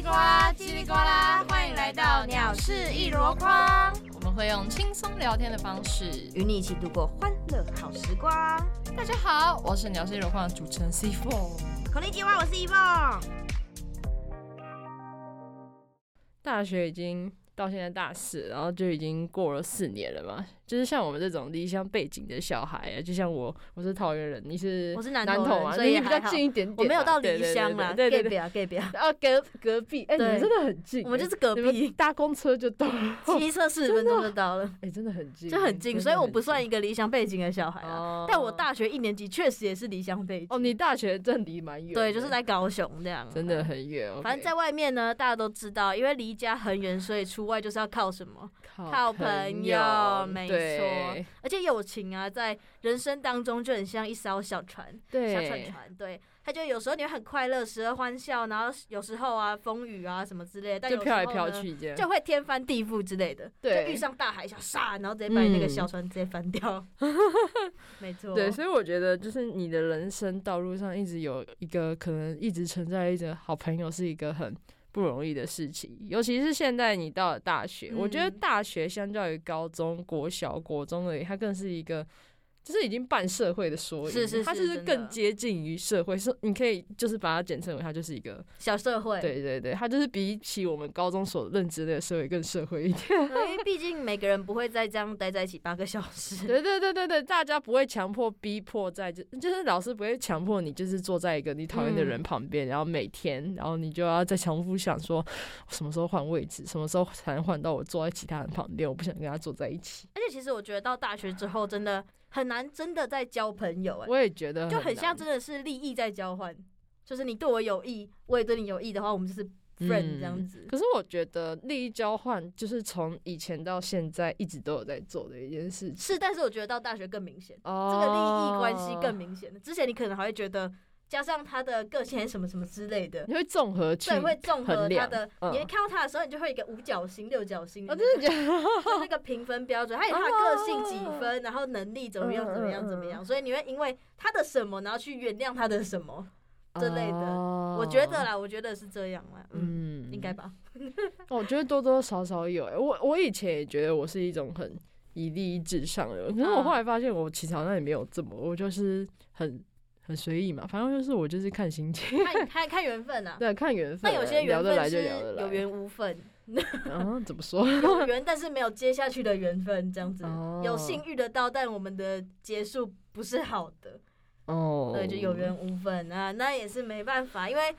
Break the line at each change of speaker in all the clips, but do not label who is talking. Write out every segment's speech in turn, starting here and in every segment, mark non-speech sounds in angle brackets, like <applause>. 叽里呱啦，欢迎来到鸟事一箩筐，
我们会用轻松聊天的方式。
与你一起度过欢乐好时光。
大家好，我是鸟事有框的主持人 C Four。
口令计划，我是一梦。
大学已经到现在大四，然后就已经过了四年了嘛。就是像我们这种离乡背景的小孩啊，就像我，我是桃园人，你是
我是南
南
投人
嘛，
所以
你比较
还好
近一点点啊，
我没有到
对
离乡啦
对对对对
，gay
对。
表 gay 表，
啊，隔隔壁，哎、你们
对
真的很近、
我们
哎
就是隔
你们
壁，
搭公车就到了，
骑车四十分钟就到了，
哎、真的很近，
就很近，
真的
所以我不
很
算
近
一个离乡背景的小孩啊。
哦
但我大学一年级确实也是离乡背景，
哦，你大学真离蛮远的，
对，就是在高雄这样。啊
真的很远哦。
反正在外面呢，大家都知道，因为离家很远，所以出外就是要靠什么？
靠
靠朋
朋
友没
对
错，而且友情啊，在人生当中就很像一艘小船，小
对，
船船。对，它就有时候你会很快乐，时而欢笑，然后有时候啊风雨啊什么之类的，但
就
有时
飘来
候
飘
呢，
去这样，
就会天翻地覆之类的。
对嗯
就遇上大海想杀，然后直接把你那个小船直接翻
<laughs>
掉。没错，
对，所以我觉得就是你的人生道路上一直有一个可能一直存在一个好朋友是一个很不容易的事情，尤其是现在你到了大学，我觉得
嗯
大学相较于高中国小、国中而已，它更是一个。就是已经半社会的缩影，
是是
它
是
就
真
是
的
更接近于社会，是你可以就是把它简称为它就是一个，
小社会。
对对对，它就是比起我们高中所认知的社会更社会一点。
因为毕竟每个人不会再这样待在一起八个小时。
<laughs> 对对对对对，大家不会强迫逼迫在，就就是老师不会强迫你，就是坐在一个你讨厌的人旁边，然后每天，然后你就要再重复想说，我什么时候换位置，什么时候才能换到我坐在其他人旁边，我不想跟他坐在一起。
而且其实我觉得到大学之后，真的很难真的在交朋友、哎，
我也觉得
就很像
难
真的是利益在交换，就是你对我有益，我也对你有益的话，我们就是 friend
嗯
这样子。
可是我觉得利益交换就是从以前到现在一直都有在做的一件事情，
是，但是我觉得到大学更明显，这
哦
个利益关系更明显了。之前你可能还会觉得，加上他的个性还是什么什么之类的，
你会综合去
所以会综合
嗯衡
他
量
的。
嗯
你会看到他的时候，你就会有一个五角星、六角星，
我
就
哦真的觉哦得
那个评分标准，还有他的个性几分，然后能力怎么样、怎么
嗯
样、怎么样。所以你会因为他的什么，然后去原谅他的什么。这类的我觉得
哦
啦，我觉得是这样啦，嗯，
嗯
应该吧。
我觉得多多少少有、欸。我我以前也觉得我是一种很以利益至上的人，可是我
嗯
后来发现，我其实好像也没有这么，我就是很很随意嘛。反正就是我就是看心情， <laughs>
看看看缘分啊。
对，看缘分
但
啊。
有些
聊
缘
得
分
来
是
就聊得
有
来。
缘
<laughs>
无分，
嗯，怎么说？
有缘但是没有接下去的缘分，这样子。
哦
<laughs> 有幸遇得到，但我们的结束不是好的，
哦，
对，就有缘无分啊，那也是没办法，因为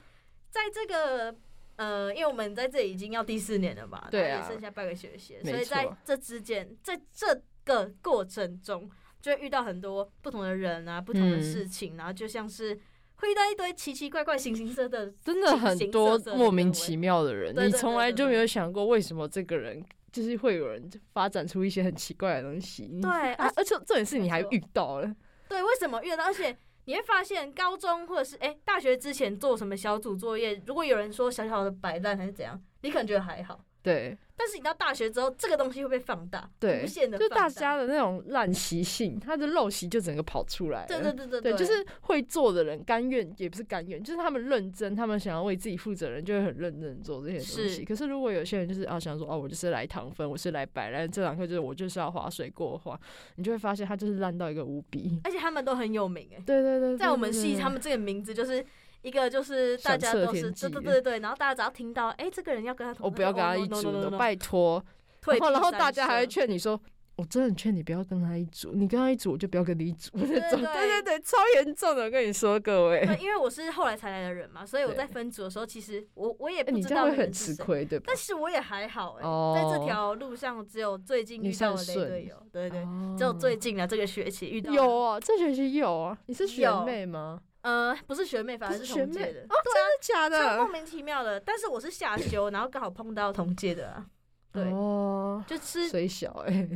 在这个呃，因为我们在这里已经要第四年了吧，
对啊
然后也剩下半个学期，
没
所以在
错
这之间，在这个过程中，就会遇到很多不同的人啊，不同的
嗯
事情，然后就像是会遇到一堆奇奇怪怪、形形色色的
真的很多
形形色色的
莫名其妙的人，
各位
你从来就没有想过为什么这个人就是会有人发展出一些很奇怪的东西。
对
啊，而且重点是你还
没错
遇到了。
对，为什么遇到？而且你会发现，高中或者是哎、大学之前做什么小组作业，如果有人说小小的摆烂还是怎样，你可能觉得还好。
对，
但是你到大学之后，这个东西会被放大，
对
无限的，
就大家，的那种烂习性，他的陋习就整个跑出来了。
对对对对
对就是会做的人，甘愿也不是甘愿，就是他们认真，他们想要为自己负责任，就会很认真做这些东
是
西。可是如果有些人就是啊，想说哦，我就是来糖分，我是来摆烂，这堂课就是我就是要划水过划，你就会发现他就是烂到一个无比。 <laughs>
而且他们都很有名哎、
对对对，
在我们系，他
们
们这个名字就是。一个就是大家
响彻
都是对
天际
对对对，然后大家只要听到，哎，这个人要跟他同，
我不要跟他
哦
一组的，拜托。
退
然后然后
避
大家
三
还会
舍
劝你说。我真的劝你不要跟他一组，你跟他一组我就不要跟你一组 <laughs> 那种，
对
对对对，超严重的，我跟你说各位。
对，因为我是后来才来的人嘛，所以我
对
在分组的时候，其实
<laughs>
我我也
欸
不
你
知
这样
道
会
你们
很
是
吃
谁。
亏，对吧
但？是我也还好哎、
哦
在这条路上只有最近遇到的雷队
你
友，对对，
哦
只有最近啊这个学期遇到的
有啊，这学期有啊，你是学
有
妹吗？
呃不是学妹，反而
不是
同
学妹
届的，
哦真的假
对啊，超莫
的？
名其妙的。但是我是下修，然后刚好碰到同届的、啊，对，
哦，
就吃
水小哎，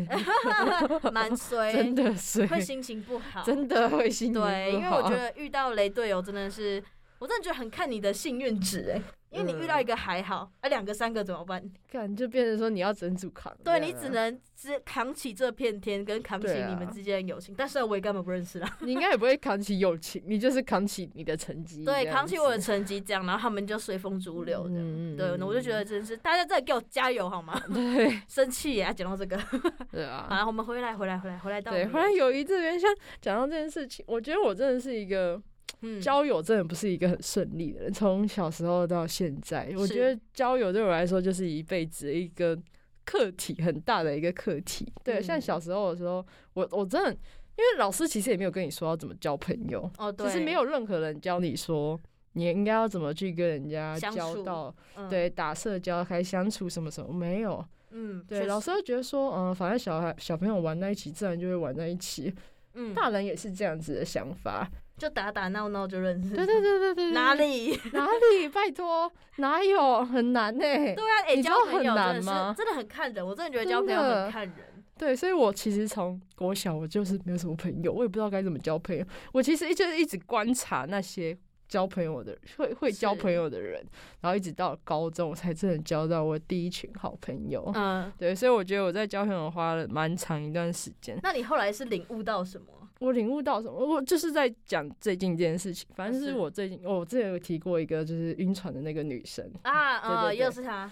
<laughs> 蛮
<laughs>
衰
真，的水，
会心情不好，
<laughs> 真的会心情
对，因
不
为
好
我觉得遇到雷队友真的是我真的觉得很看你的幸运值哎、因为你遇
嗯
到一个还好，啊两个三个怎么办？
看就变成说你要整组扛这
对
样啊，
你只能只扛起这片天，跟扛起
对啊
你们之间的友情。但是我也根本不认识啦，
你应该也不会扛起友情，你就是扛起你的成绩这样
对，
子， <laughs>
扛起我的成绩这样，然后他们就随风逐流的。
嗯嗯嗯
对，那我就觉得真是大家再给我加油好吗？
对
生气也要讲到这个，
<laughs>
<laughs>
对啊
好，了，我们回来，回来，回来，回来到
对，
我们
忽然友谊这边，像讲到这件事情，我觉得我真的是一个
嗯
交友，真的不是一个很顺利的人。从小时候到现在，我
是
觉得交友对我来说就是一辈子一个课题，很大的一个课题。对，像
嗯
小时候的时候，我我真的，因为老师其实也没有跟你说要怎么交朋友，
哦，对，
其实没有任何人教你说。你应该要怎么去跟人家
相
交
处
到，
嗯，
对，打社交、开相处什么什么没有，
嗯，确
对，
实
老师会觉得说，嗯，反正小孩小朋友玩在一起，自然就会玩在一起。
嗯，
大人也是这样子的想法。
就打打闹闹就认识，
对对对对对，
哪里？ <laughs>
哪里？拜托，哪有很难呢、
对啊，哎、
你知
交
道
朋
很
友真
难
的
吗
是真的很看人，我真的觉得交朋友
真的
很看人。
对，所以我其实从国小我就是没有什么朋友，我也不知道该怎么交朋友。我其实就是一直观察那些交朋友的会会交
是
朋友的人，然后一直到高中我才真的交到我第一群好朋友。
嗯，
对，所以我觉得我在交朋友花了蛮长一段时间。
那你后来是领悟到什么？
我领悟到什么？我就是在讲最近这件事情。反正就是
嗯
是我最近，我之前有提过一个就是晕船的那个女生。
啊，呃，
对对对
又是
<laughs>
他，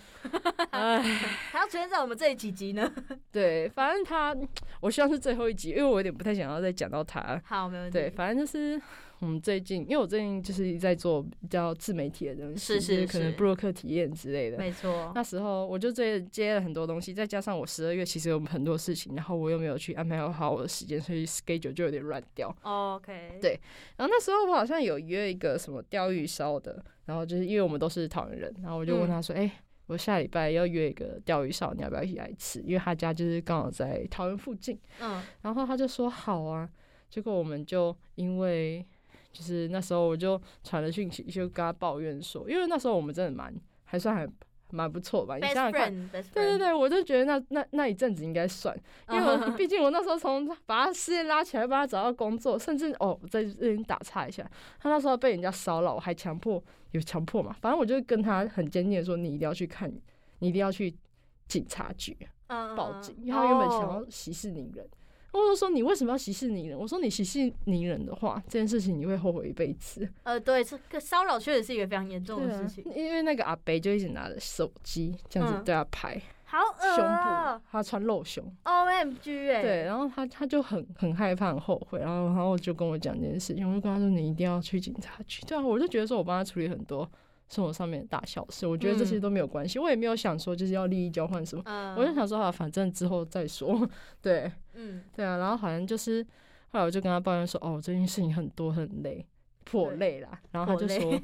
哎，
他出现在我们这里几集呢？ <laughs>
对，反正她，我希望是最后一集，因为我有点不太想要再讲到她。
好，没问题。
对，反正就是我们最近，因为我最近就是在做比较自媒体的东西，
是是
就可能
是
布洛克体验之类的。
没错，
那时候我就接接了很多东西，再加上我十二月其实有很多事情，然后我又没有去安排好我的时间，所以 schedule 就有点乱掉。
OK，
对然后那时候我好像有约一个什么钓鱼烧的，然后就是因为我们都是桃园人，然后我就
嗯
问他说：“哎、我下礼拜要约一个钓鱼烧，你要不要一起来吃？”因为他家就是刚好在桃园附近，
嗯，
然后他就说好啊。结果我们就因为就是那时候我就传了讯息，就跟他抱怨说，因为那时候我们真的蛮还算还蛮不错吧，你
best
想想看。
friend，best friend，
对对对，我就觉得那那那一阵子应该算，因为
嗯
我毕竟我那时候从把他事业拉起来，帮他找到工作，甚至哦，我在这里打岔一下，他那时候被人家骚扰，我还强迫有强迫嘛，反正我就跟他很坚定的说，你一定要去看，你一定要去警察局
嗯
报警，因为他原本想
哦
要息事宁人。我就说你为什么要息事宁人？我说你息事宁人的话，这件事情你会后悔一辈子。
呃，对，这个骚扰确实是一个非常严重
啊
的事情，
因为那个阿北就一直拿着手机这样子
嗯
对他拍、
好恶
<laughs> 胸
啊
部，他穿露胸，
，OMG，哎，
对，，然后他他就很很害怕、很后悔，然后然后就跟我讲这件事情，我就跟他说你一定要去警察局。对啊，我就觉得说我帮他处理很多生活上面的大小事，我觉得这些
嗯
都没有关系，我也没有想说就是要利益交换什么，
嗯，
我就，想说啊，反正之后再说。 <laughs> 对
嗯，
对啊，然后好像就是后来我就跟他抱怨说，哦，我最近事情很多，很累，破
对
累啦。然后他
破
就
累 <laughs>
说，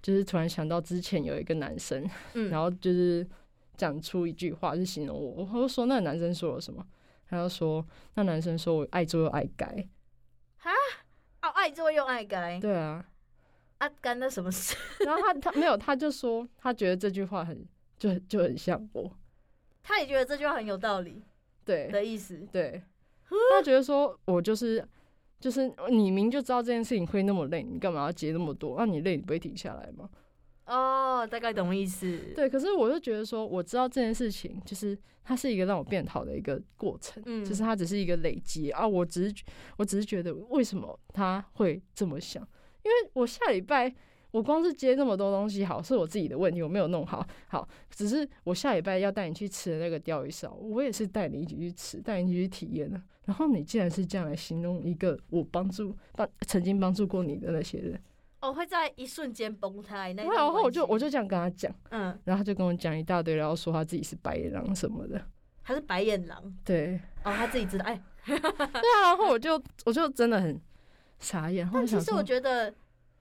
就是突然想到之前有一个男生，
嗯
然后就是讲出一句话，就形容我，我就说那个男生说了什么，他就说那男生说我爱做又爱改，
哦，爱做又爱该，
对啊，
啊，干那什么事？ <laughs>
然后他他没有，他就说他觉得这句话很就就很像我，
他也觉得这句话很有道理
对
的意思，
对，他觉得说我就是。就是你明就知道这件事情会那么累，你干嘛要接那么多？那、你累，你不会停下来吗？
哦，大概懂意思，，
对，可是我就觉得说，我知道这件事情，就是它是一个让我变好的一个过程，
嗯
就是它只是一个累积啊。我只是我只是觉得，为什么他会这么想？因为我下礼拜我光是接那么多东西，好是我自己的问题，我没有弄好。好，只是我下礼拜要带你去吃的那个钓鱼烧，我也是带你一起去吃，带你一起去体验的、然后你竟然是这样来形容一个我帮助帮曾经帮助过你的那些人，
哦，会在一瞬间崩塌，那一段
啊然后我就
关系
我就这样跟他讲。
嗯，
然后他就跟我讲一大堆，然后说他自己是白眼狼什么的。
他是白眼狼
<laughs> 对，
哦，他自己知道。哎，
对啊，然后我就我就真的很傻眼。然后
但
想
其实我
说
觉得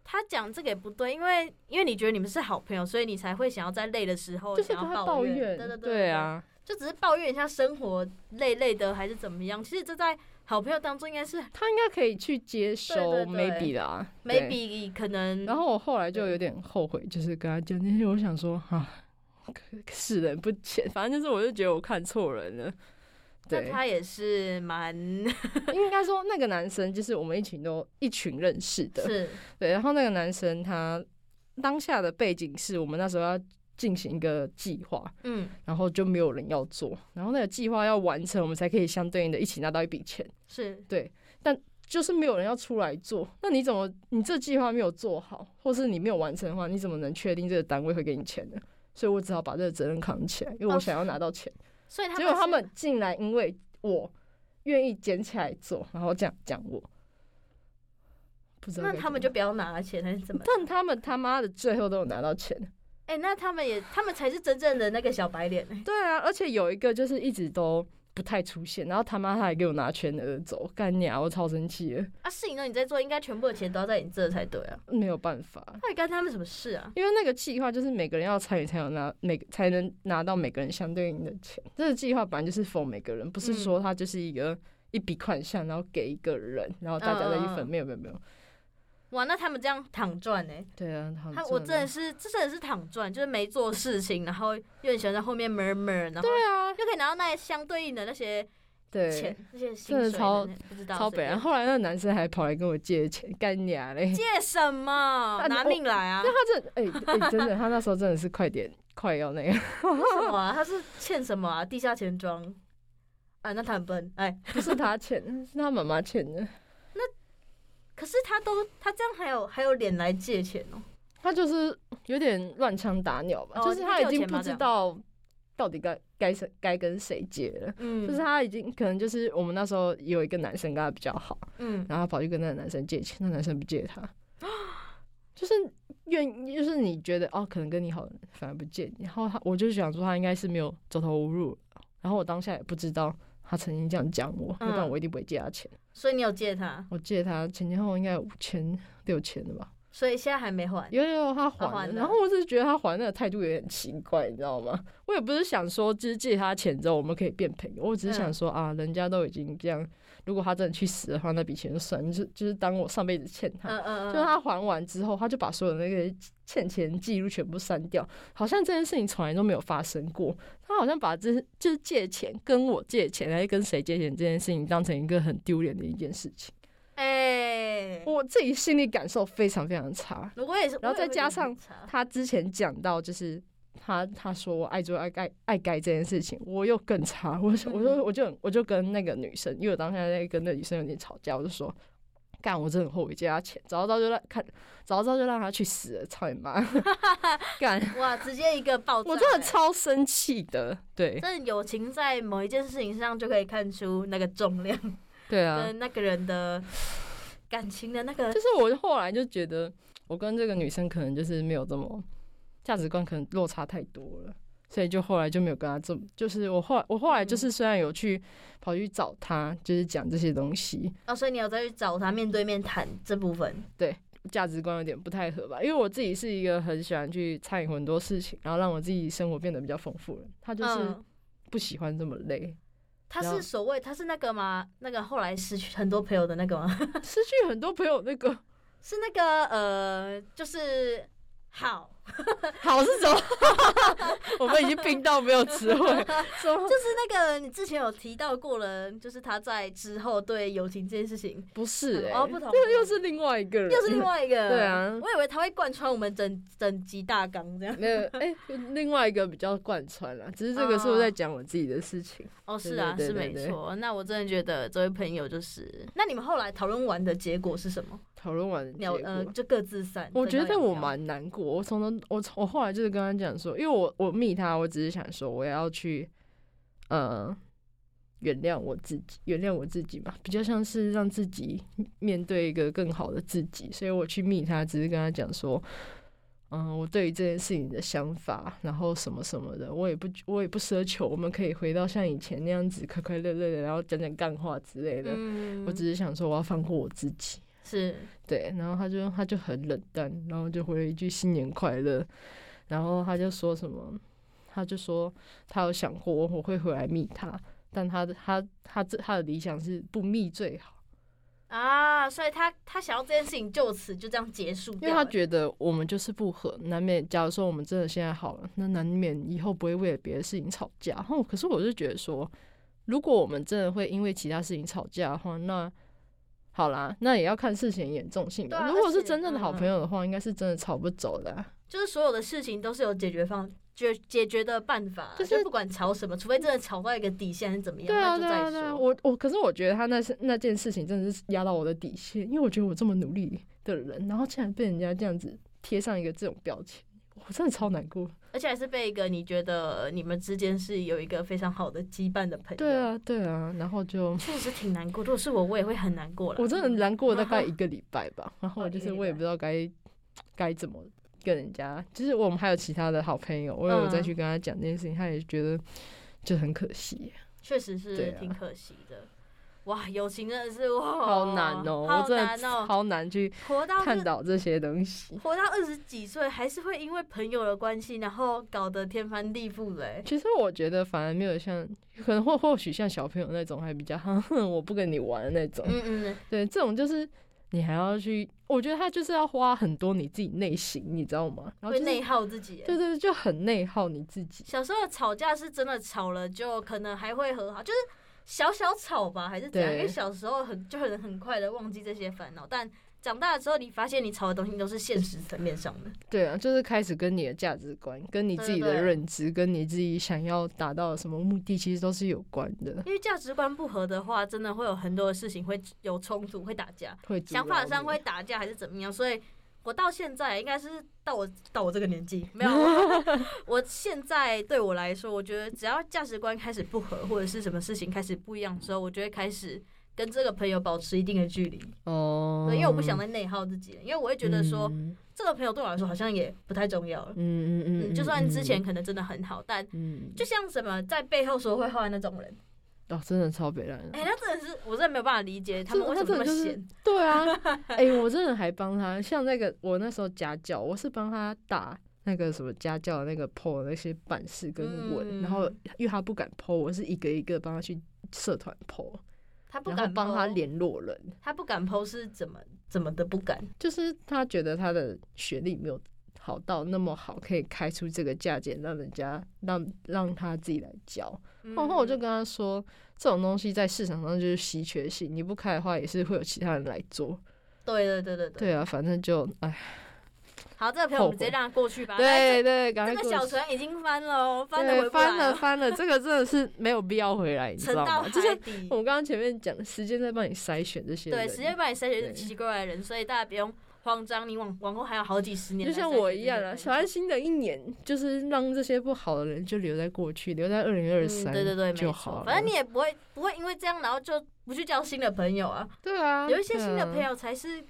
他讲这个也不对，因为因为你觉得你们是好朋友，所以你才会想要在累的时候
就是
想
跟
要
他
抱
怨，
对对对，
对，啊，
就只是抱怨一下生活累累的还是怎么样。其实这在好朋友当中应该是
他应该可以去接收
对对对
maybe 啦对
maybe 嗯可能，
然后我后来就
对
有点后悔，就是跟他讲那些，我想说啊，可是人不浅，反正就是我就觉得我看错人了。
但
对，
他也是蛮
应该说那个男生就是我们一群都一群认识的，
是
对，然后那个男生他当下的背景是我们那时候要进行一个计划，
嗯，
然后就没有人要做，然后那个计划要完成，我们才可以相对应的一起拿到一笔钱。
是
就是没有人要出来做，那你怎么你这计划没有做好，或是你没有完成的话，你怎么能确定这个单位会给你钱呢？所以我只好把这个责任扛起来，因为我想要拿到钱。
所以哦他
结果他
是
们竟然因为我愿意捡起来做，然后这样讲我，不知道
那
该
他们
怎
就
么
不要拿钱还是怎么
办，？但他们他妈的最后都有拿到钱。
哎、那他们也，他们才是真正的那个小白脸、欸。
对啊，而且有一个就是一直都不太出现，然后他妈他还给我拿全额走，干你啊！我超生气的，
啊，事情都你在做，应该全部的钱都要在你这才对啊。
没有办法。
到底干他们什么事啊？
因为那个计划就是每个人要参与才有拿每个才能拿到每个人相对应的钱。这个计划本来就是 for 每个人，不是
嗯
说它就是一个、一笔款项，然后给一个人，然后大家再一分。
嗯嗯嗯
没有没有没有，
哇，那他们这样躺赚呢、
对啊，好
他我真的
是
是，这真的是躺赚，就是没做事情，然后又很喜欢在后面 murmur，然后
对啊，
又可以拿到那些相对应的那些
对
钱，，那些薪
真
水
的
的
超
那，不知道
超
随
北啊
便
然后来那个男生还跑来跟我借钱，干你啊嘞！
借什么？
<laughs> 啊
拿
我
命
<laughs>
来啊！
他这哎哎、真的，他那时候真的是快点快要那个，
为什么啊？他是欠什么啊？地下钱庄啊？那他很笨哎、
不是他欠，是他妈妈欠的。
可是他都他这样还有还有脸来借钱哦、
他就是有点乱枪打鸟吧，
哦
就是他已经不
你
知
有钱吗
道到底该该谁该跟谁借了。
嗯，
就是他已经可能就是我们那时候有一个男生跟他比较好，
嗯，
然后他跑去跟那个男生借钱，那男生不借
<laughs>
他，就是愿意就是你觉得哦，可能跟你好反而不借你，然后他我就想说他应该是没有走投无路，然后我当下也不知道他曾经这样讲我，
嗯
要不然我一定不会借他钱。
所以你有借他，
我借他前前后后应该有五千六千的吧，
所以现在还没
<laughs>
还。
有有有他还
还
了，
了
然后我只是觉得他还的态度有点奇怪，你知道吗？我也不是想说，就是借他钱之后我们可以变朋友，我只是
嗯
想说、啊，人家都已经这样，如果他真的去死的话，那笔钱就算，就是就是当我上辈子欠他。
嗯嗯，
就
嗯
是他还完之后，他就把所有那个欠钱记录全部删掉，好像这件事情从来都没有发生过。他好像把这就是借钱跟我借钱，还是跟谁借钱这件事情当成一个很丢脸的一件事情。
哎，
我自己心里感受非常非常差。
如果也是，
然后
我也
再
会
加
觉得
上
很差
他之前讲到就是他他说我爱做爱盖爱盖这件事情，我又更差，我想我就我就我就跟那个女生，因为我当下在跟那女生有点吵架，我就说。干！我真的很后悔借他钱，早知道就让看，早知道就让他去死了，操你妈！干！
哇，直接一个爆炸
<laughs>
欸，
我真的超生气的，对
真的友情在某一件事情上就可以看出那个重量
对啊，
跟那个人的感情的那个
就是我后来就觉得，我跟这个女生可能就是没有这么价值观，可能落差太多了，所以就后来就没有跟她这么，就是我后来我后来
嗯
就是虽然有去跑去找她，就是讲这些东西，
哦，所以你有再去找他面对面谈这部分，
价值观有点不太合吧，因为我自己是一个很喜欢去参与很多事情，然后让我自己生活变得比较丰富的人，她就是
嗯，
不喜欢这么累，
他
然后
是所谓他是那个吗？那个后来失去很多朋友的那个吗？ <laughs>
失去很多朋友那个
是那个呃，就是 <laughs> 好，
好是什么？ <laughs> 我们已经病到没有词汇，
<laughs>
什么
就是那个你之前有提到过了，就是他在之后对友情这件事情，
不是、欸？
哦不同
这个又是另外一个人，
又是另外一个。
对啊
我以为他会贯穿我们整整集大纲这
<laughs>
样。
没有，哎、另外一个比较贯穿啦，只是这个是我在讲我自己的事情。
哦，
对
是啊，
对
是
对
没
对
错。那我真的觉得这位朋友就是，那你们后来讨论完的结果是什么？
讨论完的结
聊
果，
呃，就各自散。
我
分
觉
道
得
扬
我
镳
蛮难过。我从头，我从我后来就是跟他讲说，因为我我密他，我只是想说我要去，呃，原谅我自己，原谅我自己嘛，比较像是让自己面对一个更好的自己。所以我去密他，只是跟他讲说。嗯，我对于这件事情的想法，然后什么什么的，我也不，我也不奢求我们可以回到像以前那样子快快乐乐的，然后讲讲干话之类的。
嗯，
我只是想说，我要放过我自己。
是
对，然后他就他就很冷淡，然后就回了一句新年快乐，然后他就说什么，他就说他有想过我会回来密他，但他的他他这他的理想是不密最好，
啊，所以他他想要这件事情就此就这样结束
因
掉了，
为他觉得我们就是不合，难免假如说我们真的现在好了，那难免以后不会为了别的事情吵架。然后可是我就觉得说，如果我们真的会因为其他事情吵架的话，那好啦，那也要看事情严重性
对
的。
啊
如果
而且
是真正的好朋友的话，应该是真的吵不走的啊、
就是所有的事情都是有解决方解解决的办法，啊
就
就是不管吵什么，除非真的吵到一个底线还是怎么样，
对啊，
那就
对
再
啊，
说。
对啊。我我可是我觉得他那是那件事情真的是压到我的底线，因为我觉得我这么努力的人，然后竟然被人家这样子贴上一个这种标签，我真的超难过。
而且还是被一个你觉得你们之间是有一个非常好的羁绊的朋友，
对，啊，对啊，然后就
确实挺难过。如果是我，我也会很难过
<laughs>
了。
我真的难过大概一个礼拜吧，然后
哦
我
一
就
个
是
礼
我也
拜
不知道该该怎么跟人家，就是我们还有其他的好朋友，我有再
嗯
去跟他讲这件事情，他也觉得就很可惜，
确实
对
是
啊
挺可惜的。哇，友情真的是哇，
好难哦、我
好
真
难
的
哦、
超难去
活到
看
这
到这些东西。
活到二十几岁，还是会因为朋友的关系，然后搞得天翻地覆的、欸。
其实我觉得反而没有像，可能或或许像小朋友那种还比较， <laughs> 哼哼，我不跟你玩的那种。
嗯嗯，
对，这种就是你还要去，我觉得他就是要花很多你自己内心，你知道吗？然后
会
就是
内耗自己、欸。
对对对，就很内耗你自己。
小时候吵架是真的吵了，就可能还会和好，就是小小吵吧，还是怎样？因
对
为小时候很就很很快的忘记这些烦恼，但长大了之后，你发现你吵的东西都是现实层面上的。
对啊，就是开始跟你的价值观、跟你自己
对对
的
对
认知、跟你自己想要达到的什么目的，其实都是有关的。
因为价值观不合的话，真的会有很多的事情会有冲突，会打架，
会阻
想法
挠
上
你
会打架还是怎么样，所以。我到现在应该是到我到我这个年纪没
<laughs>
有，我我现在对我来说，我觉得只要价值观开始不合，或者是什么事情开始不一样之后，我就会开始跟这个朋友保持一定的距离。
哦，
对，因为我不想再内耗自己了，因为我会觉得说、
嗯
这个朋友对我来说好像也不太重要了。
嗯嗯嗯
嗯，
嗯，
就算之前
嗯，
可能真的很好，但
嗯，
就像什么在背后说会话那种人，
哦，真的超北烂的
哎、。那真的是我真的没有办法理解他们为什么那么
这个
闲。
对啊， <laughs> 哎、我真的还帮他，像那个我那时候家教，我是帮他打那个什么家教的那个 PO 那些版式跟文，
嗯
然后因为他不敢 PO，我是一个一个帮他去社团 PO，
他不
然后
敢哦
帮他
po，
联络人，
他不
嗯
敢剖是怎么怎么的不敢？
就是他觉得他的学历没有好到那么好，可以开出这个价钱让人家让让他自己来教。然哦后我就
嗯
跟他说，这种东西在市场上就是稀缺性，你不开的话也是会有其他人来做。
对对对对对，
对啊，反正就哎，
好，这个朋友我们直接让他过去吧。来，
对对，赶
这
快
这
过
个
去
小船已经翻了哦，翻了
对
回不
翻
来
了
哦，
翻了，这个真的是没有必要回来，你知
沉
道
到
吗？就
海
是
底。
我刚刚前面讲的，时间在帮你筛选这些人，
对，时间把你筛选成
对
奇奇怪怪的人，所以大家不用慌张，你往往后还有好几十年。
就像我一样啦，啊小安
安，
新的一年就是让这些不好的人就留在过去，留在二零二
嗯，
三，
对对对，没
就
错
好。
反正你
了
也不会不会因为这样，然后就不去交新的朋友啊。
对啊，
有一些
对
新的
啊
朋友才是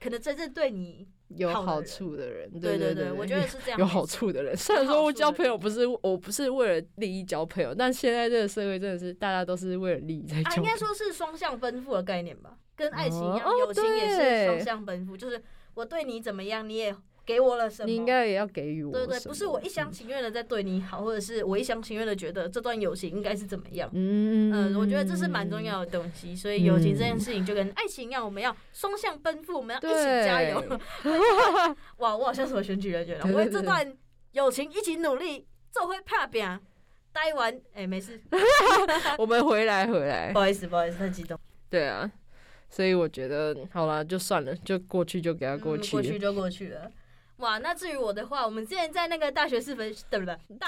可能真正对你，
有
好的
好
人
处的人，
对
对
对，我觉得。是这样，
有
没
好
错。
处的人，虽然
好
说我
处
交
的
朋友
人
不是我不是为了利益交朋友，但现在这个社会真的是大家都是为了利益在
啊，
交
应
朋友
该。说是双向奔赴的概念吧，跟爱情一样，
哦
友情也是
对
双向奔赴，就是我对你怎么样，你也给我了什么。
你应该也要给予我什
对
么，
对，不是我一厢
嗯
情愿的在对你好，或者是我一厢情愿的觉得这段友情应该是怎么样。
嗯
嗯，我觉得这是蛮重。要的东西，所以友情这件事情就跟爱情一样，我们要双向奔赴，我们要一起
<laughs>
加油。哇，我好像什么选举人员了，啊
对
我
对
为这段友情一起努力，做会怕饼，待完哎、没事，
我们回来回来
不，好意思不好意思，太激动，
对啊，所以我觉得好啦，就算了，就过去就给他
嗯
过去。
过去就过去了。哇，那至于我的话，我们之前在那个大学四分，对不对？大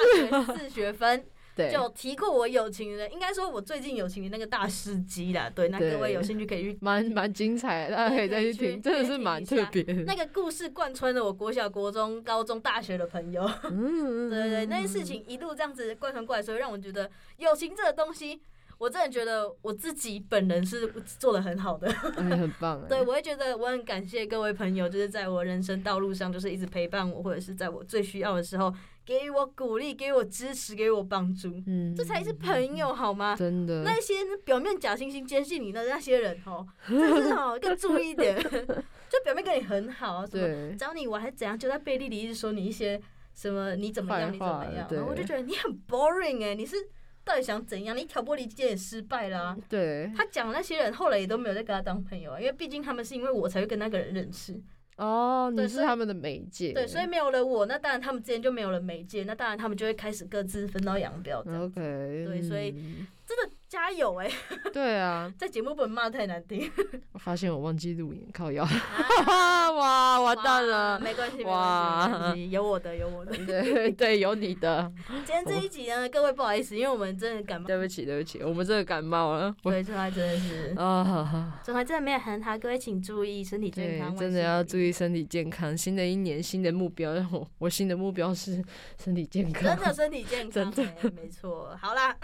<laughs>
学四学分
对，
就提过我友情的，应该说我最近友情的那个大事机啦。对，那
对嗯
各位有兴趣可以去
蛮蛮精彩的，大家可以再去
可以去
听，真的是蛮特别的。
那个故事贯穿了我国小、国中、高中、大学的朋友，
嗯，
对对对，那些事情一路这样子贯穿过来，所以让我觉得友情这个东西，我真的觉得我自己本人是做的很好的。
哎很棒。
对，，我会觉得我很感谢各位朋友，就是在我人生道路上，就是一直陪伴我，或者是在我最需要的时候给予我鼓励、给我支持、给我帮助，
嗯，
这才是朋友好吗？
真的。
那些表面假惺惺接近你的那些人哦，真是哦，更注意
<laughs>
一点，就表面跟你很好啊，什么
对，
找你玩还是怎样，就在背地里一直说你一些什么你怎么样，
坏
你怎么
话
样，
对
然后我就觉得你很 boring 哎、你是到底想怎样？你挑拨离间也失败啦、
对，
他讲那些人后来也都没有再跟他当朋友啊，因为毕竟他们是因为我才会跟那个人认识，
哦，
对
你是
所以
他们的媒介，
对，所以没有了我，那当然他们之间就没有了媒介，那当然他们就会开始各自分道扬镳这样。
OK，
对所以
以
真的加油哎、
对啊，
在节目不能骂太难听。
我发现我忘记录影，靠腰， <laughs> 哇，完蛋
哇
了。
没关系，没
哇
关系没关系，有我的，有我的。
对对，有你的，
今天这一集呢，各位不好意思，因为我们真的感冒，
对不起对不起，我们真的感冒了，我
对，这还真的 <laughs> 是，
啊，
这还真的没有很好，各位请注意身体健
对
康，，
真的要注意
意。
身体健康。新的一年，新的目标， <laughs> 让我我新的目标是身体健康。
真的身体健康、
真
欸，没错。好啦，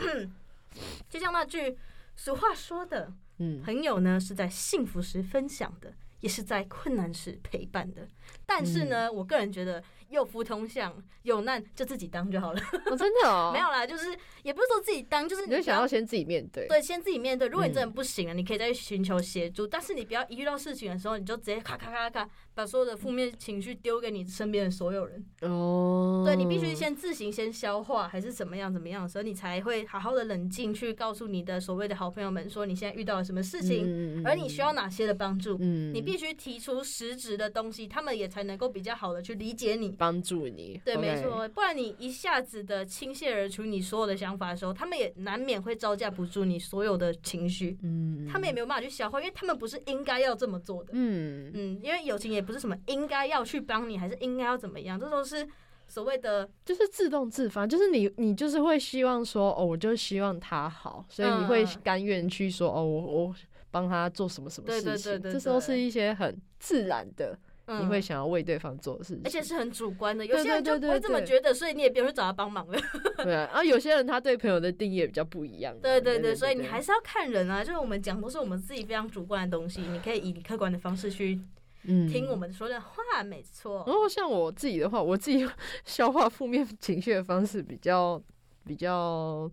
就像那句俗话说的，
<laughs> 嗯，
朋友呢是在幸福时分享的，也是在困难时陪伴的。但是呢，
嗯
我个人觉得有福同享，有难就自己当就好了。
我真的哦，
没有啦，就是也不是说自己当，就是
你就
不
想要嗯先自己面对。
对，先自己面对。如果你真的不行了，你可以再去寻求协助，但是你不要一遇到事情的时候，你就直接咔咔咔咔把所有的负面情绪丢给你身边的所有人。
哦，
对你必须先自行先消化，还是怎么样怎么样的时候，你才会好好的冷静去告诉你的所谓的好朋友们说你现在遇到了什么事情，
嗯，嗯
而你需要，哪些的帮助。
嗯嗯
你必须提出实质的东西，他们也才能够比较好的去理解你。
帮助你。
对，
OK
没。错，不然你一下子的倾泻而出你所有的想法的时候，他们也难免会招架不住你所有的情绪，
嗯，
他们也没有办法去消化，因为他们不是应该要这么做的。
嗯，
嗯，因为友情也不是什么应该要去帮你，还是应该要怎么样，这都是所谓的
就是自动自发，就是你你就是会希望说，哦，我就希望他好，所以你会
嗯
甘愿去说，哦，我我帮他做什么什么
对
事情，
对对
这
对
都
对
是一些很自然的，
嗯
你会想要为对方做的事情，
而且是很主观的，
对
有些人就
对对
不
对
会这么
对
觉得，所以你也不用去找他帮忙了。 <laughs>
对啊，啊，有些人他对朋友的定义也比较不一样啊。
对对对，所以你还是要看人啊，就是我们讲都是我们自己非常主观的东西，你可以以你客观的方式去听我
们。
们说的话，没错。
然后像我自己的话，我自己 <laughs> 消化负面情绪的方式比较比较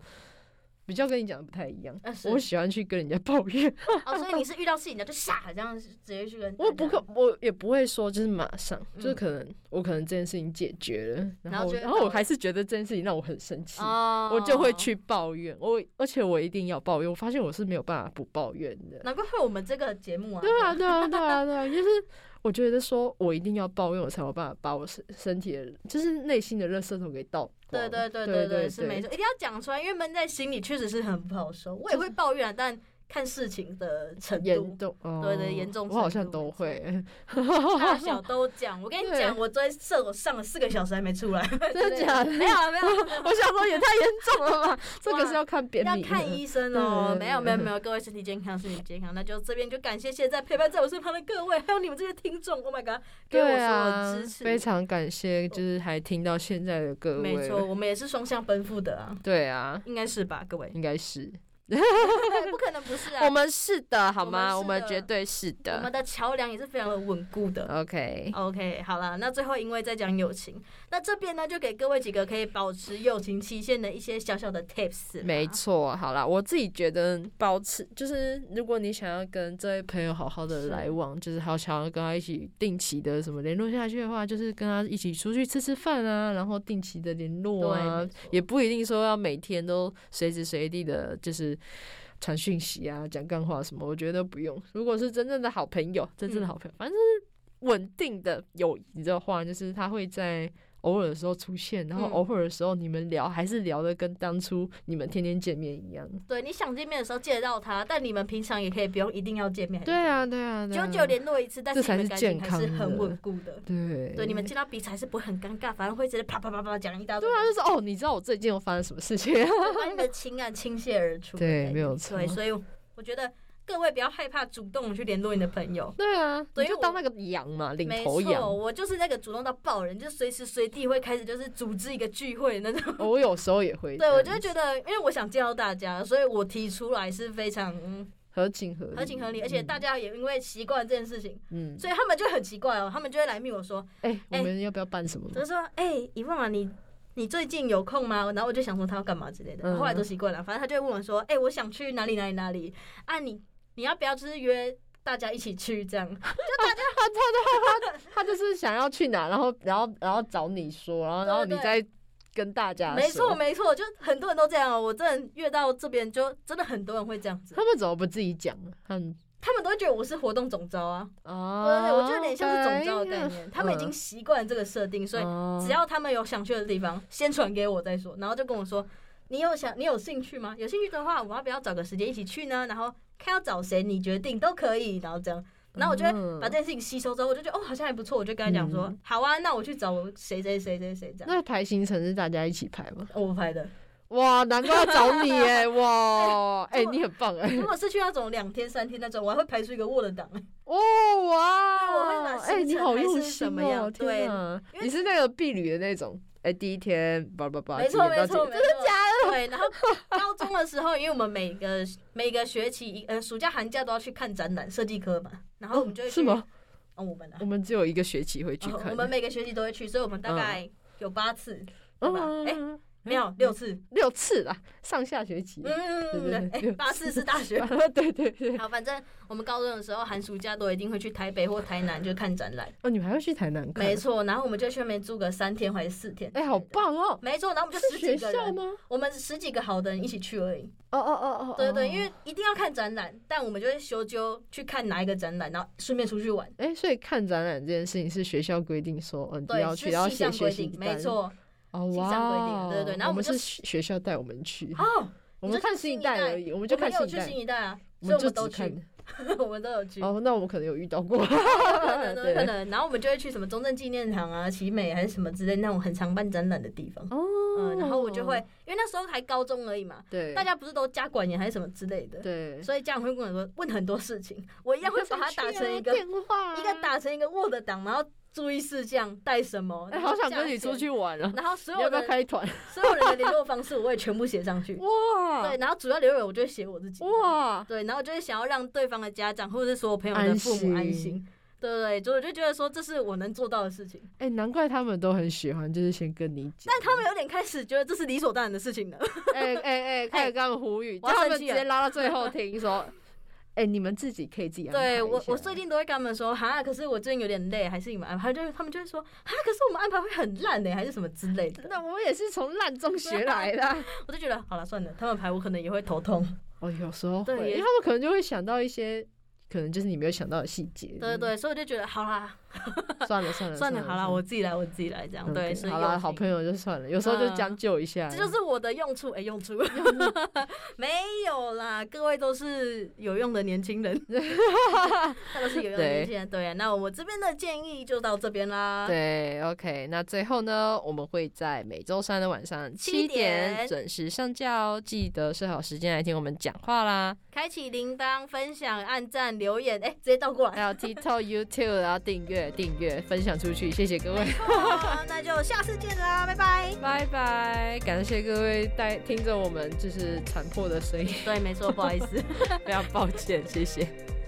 比较跟你讲的不太一样
啊。是
我喜欢去跟人家抱怨，
哦，所以你是遇到事情的就傻，这样直接去跟
我不可我也不会说就是马上，
嗯
就是可能我可能这件事情解决了，
然
然后
后就会
然后
抱
我
怨
还是觉得这件事情让我很生气。
哦，
我就会。去抱怨，我而且我一定要抱怨。我发现我是没有办法不抱怨的，
难怪会有我们这个节目啊，
对啊，对啊，对啊，对啊，就是我觉得说我一定要抱怨，我才有办法把我身身体的，就是内心的热射头给倒光。
对对对
对
对对，是没错，一定要讲出来，因为闷在心里确实是很不好受。我也会抱怨啊，但看事情的程
严 <laughs>
度，
重，哦
对对严重
我好
程
像
度
都
没错
会， <laughs>
大小都讲。我跟你
对
讲，我昨天射手上了四个小时还没出来，
真的假的？ <laughs>
没有啊没有啊，没有啊
我想说也太严重了吧，这个是要看便
要
秘的，
看医生哦。
对
没有没有没有，各位身体健康，身体健康。那就这边就感谢现在陪伴在我身旁的各位，还有你们这些听众。Oh my god，给我所
对
有
啊
的支，持，哦
非常感谢，就是还听到现在的各位，
没错，，我们也是双向奔赴的啊，
<laughs> 对啊，
应该是吧，各位？
应该是，
<laughs> 不可能不是啊，
我们是的，好
我们
吗？
是
我们
的
绝对是
我们
的
的桥梁也是非常的稳固的。
，OK，
OK，好了，那最后因为在讲友情，那这边呢就给各位几个可以保持友情期限的一些小小的 tips 啦。
没错，好啦，我自己觉得保持就是，如果你想要跟这位朋友好好的
是
来往，就是好想要跟他一起定期的什么联络下去的话，就是跟他一起出去吃吃饭啊，然后定期的联络
对
啊
没，错，
也不一定说要每天都随时随地的，就是传讯息啊、讲干话什么，我觉得不用。如果是真正的好朋友，真正的好朋友，反正就是稳定的友谊的话，就是他会在。偶尔的时候出现，然后
嗯
偶尔的时候你们聊，还是聊的跟当初你们天天见面一样。
对，你想见面的时候见得到他，但你们平常也可以不用一定要见面。
对啊，对啊，对
久
啊
久联络一次，但是
这才
你们
是
感
健
情还是
康的
很稳固的。
对
对，你们见到彼此还是不会很尴尬，反而会直接啪啪啪啪讲一大堆
对，啊，就是哦，你知道我最近又发生什么事情？啊
就把你的情感倾泻而出的感
对
觉。
没有错
对，所以我觉得各位不要害怕主动去联络你的朋友。
<laughs> 对啊，
对
你
因为
就当
我
那个羊嘛，领
没
头羊。
错，我就是那个主动到爆人，就随时随地会开始就是组织一个聚会的那
<laughs>
种。
哦我有时候也会这
对，
样
我
子，
就觉得，因为我想见到大家，所以我提出来是非常嗯
合情合理，
合情合理，而且大
嗯
家也因为习惯这件事情，
嗯，
所以他们就很奇怪哦，他们就会来密我说，
哎、我
哎
们要不要办什么？
就说：“哎、一问啊，你你最近有空吗？”然后我就想说他要干嘛之类的，
嗯
后来都习惯了。反正他就会问我说：“哎、我想去哪里哪里哪里啊你？你要不要就是约大家一起去这样？”
他就是想要去哪，然后然后然后找你说，然后然后
对
你
对
再跟大家
没错
说，
没错，就很多人都这样哦、我真的越到这边，就真的很多人会
<laughs>
这样子，
他们怎么不自己讲啊？他们
他们都会觉得我是活动总招啊。对
哦，
对对，我就有点像是总招的概
对，
念，他们已经习惯这个设定，所以
以
只要他们有想去的地方，先传给我再说，然后就跟我说。你有想你有兴趣吗？有兴趣的话，我们要不要找个时间一起去呢？然后看要找谁，你决定都可以，然后这样。然后我就会把这件事情吸收之后，我就觉得哦，好像还不错，我就跟他讲说，
嗯
好啊，那我去找谁谁谁谁谁这样。
那排行程是大家一起排吗？
哦我拍的，
哇，难怪要找你
<laughs>
哎、哇，哎、
哎
你很棒哎、
如果是去那种两天三天那种，我还会排出一个 Word 档，
哦哇，
对我会拿行
哎、你
程
好
还
用
是
心
怎么
哦、
样对
天啊！
因为
你是那个婢女的那种，哎、第一天叭叭叭，
没错
几点到
没
几
错，
点
真的假的？对，然后高中的时候，因为我们每个每个学期一呃暑假寒假都要去看展览，设计科嘛，然后我们就会去
是吗？？
哦，我们啊
我，们只有一个学期会去
哦
看，
我们每个学期都会去，所以我们大概有八次，对吧？
嗯
哎，没有六次，
六次啦，上下学期，对
嗯，
对
哎
六，次
八次是大
<laughs>
学。
对对对，
好，反正我们高中的时候，寒暑假都一定会去台北或台南就看展览，
哦，你们还会去台南看？
没，错。然后我们就去那边住个三天还是四天，
哎，好！棒哦！
没错，然后我们就是十
学
几个
校
人，
吗？
我们十几个好的人一起去而已。
哦哦哦哦，
对对，
哦
因为一定要看展览，但我们就会修究去看哪一个展览，然后顺便出去玩。
哎，所以看展览这件事情是学校规定说，嗯，你
对，
要
是
去，要
系
写
上
学
规
习
定，
单
没，错。
哦
系
哇
上规定
哦，
对对对然
我
后我们就是
学校带我们去，
哦，
我们
你就
看
去
新一
新一
代
代
而已，我们就
我们
看新
有
一
去
代
新，一代啊，
我
所以
们
我
就
们都
只
去， <laughs>
看。
我们都有去。
哦，那我们可能有遇到过，
<laughs>
嗯
可能可能，然后我们就会去什么中正纪念堂啊、奇美还是什么之类那种很常办展览的地方。
哦
嗯，然后我就会，因为那时候还高中而已嘛，
对
大家不是都家管严还是什么之类的，
对，哎
所以家长会跟我说问很多事情，我一样会把
<laughs>
它打成一个、
电话，
一个。打成一个 Word 档，然后注意事项带什么，
哎，
然后
好想
价
跟你出
钱，
去玩啊！
然后所
你要
有
不要
的
开
<laughs>
团？，
所有人的联络方式我也全部写上去
<laughs> 哇
对，然后主要留言我就会写我自己，
哇，
对，然后就是想要让对方的家长或者是所有朋友的父母
安
安
心
心，对对对，所以我就觉得说这是我能做到的事情。
哎、难怪他们都很喜欢，就是先跟你讲。
但他们有点开始觉得这是理所当然的事情了。
哎哎哎，
<laughs>
开始跟他们呼吁，
我
叫
要
他们
生
直
气
接
了
拉到最
<laughs>
后听说，哎、你们自己可以自己安排
对我
一，下
我最近都会跟他们说，哈，可是我最近有点累，还是你们安排？他就他们就会说，哈，可是我们安排会很烂欸呢，还是什么之类的。
那我也是从烂中学来的啊。
<laughs> 我就觉得好了，算了，他们排我可能也会头痛。
哦，有时候会，因
对也
为他们可能就会想到一些，可能就是你没有想到的细节。嗯
对对对，所以我就觉得好啦，
算了嗯算了
<laughs> 算
了
了，好啦，我自己来，我自己来，这样对。
OK，
所以
好啦，
友情
好朋，友就算了，有时候就将就一下。
这就是我的用处，哎，用处 <laughs> 没有啦，各位都是有用的年轻 <laughs> 人，他都是有用的
对
年轻人。对，啊那我这边的建议就到这边啦。
对，OK，那最后呢，我们会在每周三的晚上七
7点
点准时上架哦，记得设好时间来听我们讲话啦，
开启铃铛、分享、按赞、留言，哎、直接倒过
还
来。
有 TikTok、YouTube 啊，订阅、订阅、分享出去，谢谢各位，
<laughs> 好，那就下次见啦，拜拜。
拜拜，感谢各位带听着我们就是残破的声音，
对，没错，不好意思。
非常抱歉，谢谢。